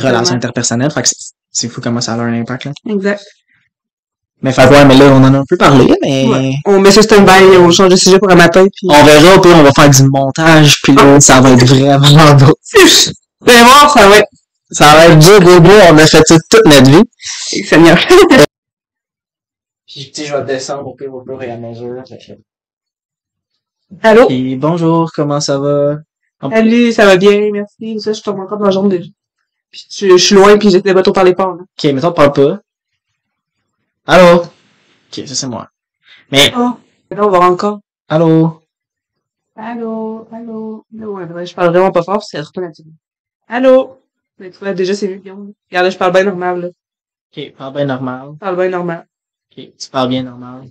relations Vraiment. interpersonnelles. Fait que c'est- c'est fou comment ça a un impact, là. Exact. Mais fait que ouais, mais là, on en a un peu parlé, mais Ouais. On met ça sur un bail, on change de sujet pour un matin, puis... on verra, puis on va faire du montage, puis là, ça va être vraiment beau. Vous allez voir, ça va être... Ça va être beau, beau, beau, on a fait ça toute notre vie. Euh, Seigneur. Puis, tu sais, je vais descendre au pire au fur et à mesure. fait que- Allô? Puis, bonjour, comment ça va? Salut, ça va bien, merci. Ça, je tombe encore dans la jambe déjà. Puis je, je suis loin, puis j'étais bateau par les ports, là. Ok, mettons, parle pas. Allô? Ok, ça c'est moi. Mais, Oh. Là, on va encore. allô? Allô, allô. Allô, ouais, vrai, je parle vraiment pas fort, parce qu'elle reprend naturel. Allô? Mais tu vois, déjà, c'est mieux, Guillaume. Regarde, là, je parle bien normal, là. Ok, parle bien normal. Je parle bien normal. Ok, tu parles bien normal.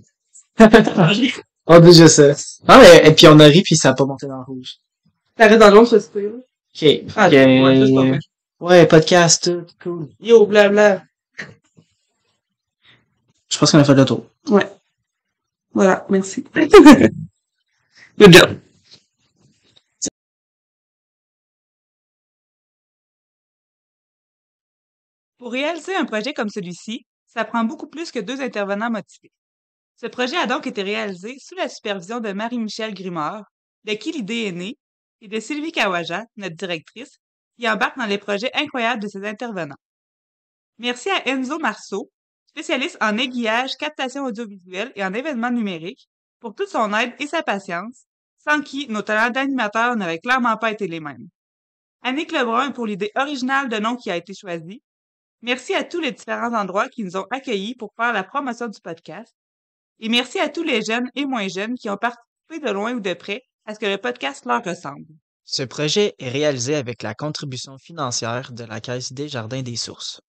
oh, déjà ça. Non, mais, et puis on a ri, puis ça a pas monté dans le rouge. T'arrêtes dans l'ombre, ça, c'est pire, là. Ok. fait Ah, que- ouais, ça, c'est pas vrai. ouais, podcast, tout, cool. Yo, blabla. Je pense qu'on a fait le tour. Voilà, merci. Good job. Pour réaliser un projet comme celui-ci, ça prend beaucoup plus que deux intervenants motivés. Ce projet a donc été réalisé sous la supervision de Marie-Michelle Grimard, de qui l'idée est née, et de Sylvie Kawaja, notre directrice, qui embarque dans les projets incroyables de ses intervenants. Merci à Enzo Marceau, spécialiste en aiguillage, captation audiovisuelle et en événements numériques, pour toute son aide et sa patience, sans qui nos talents d'animateurs n'auraient clairement pas été les mêmes. Annick Lebrun pour l'idée originale de nom qui a été choisie, Merci à tous les différents endroits qui nous ont accueillis pour faire la promotion du podcast. Et merci à tous les jeunes et moins jeunes qui ont participé de loin ou de près à ce que le podcast leur ressemble. Ce projet est réalisé avec la contribution financière de la Caisse des Jardins des Sources.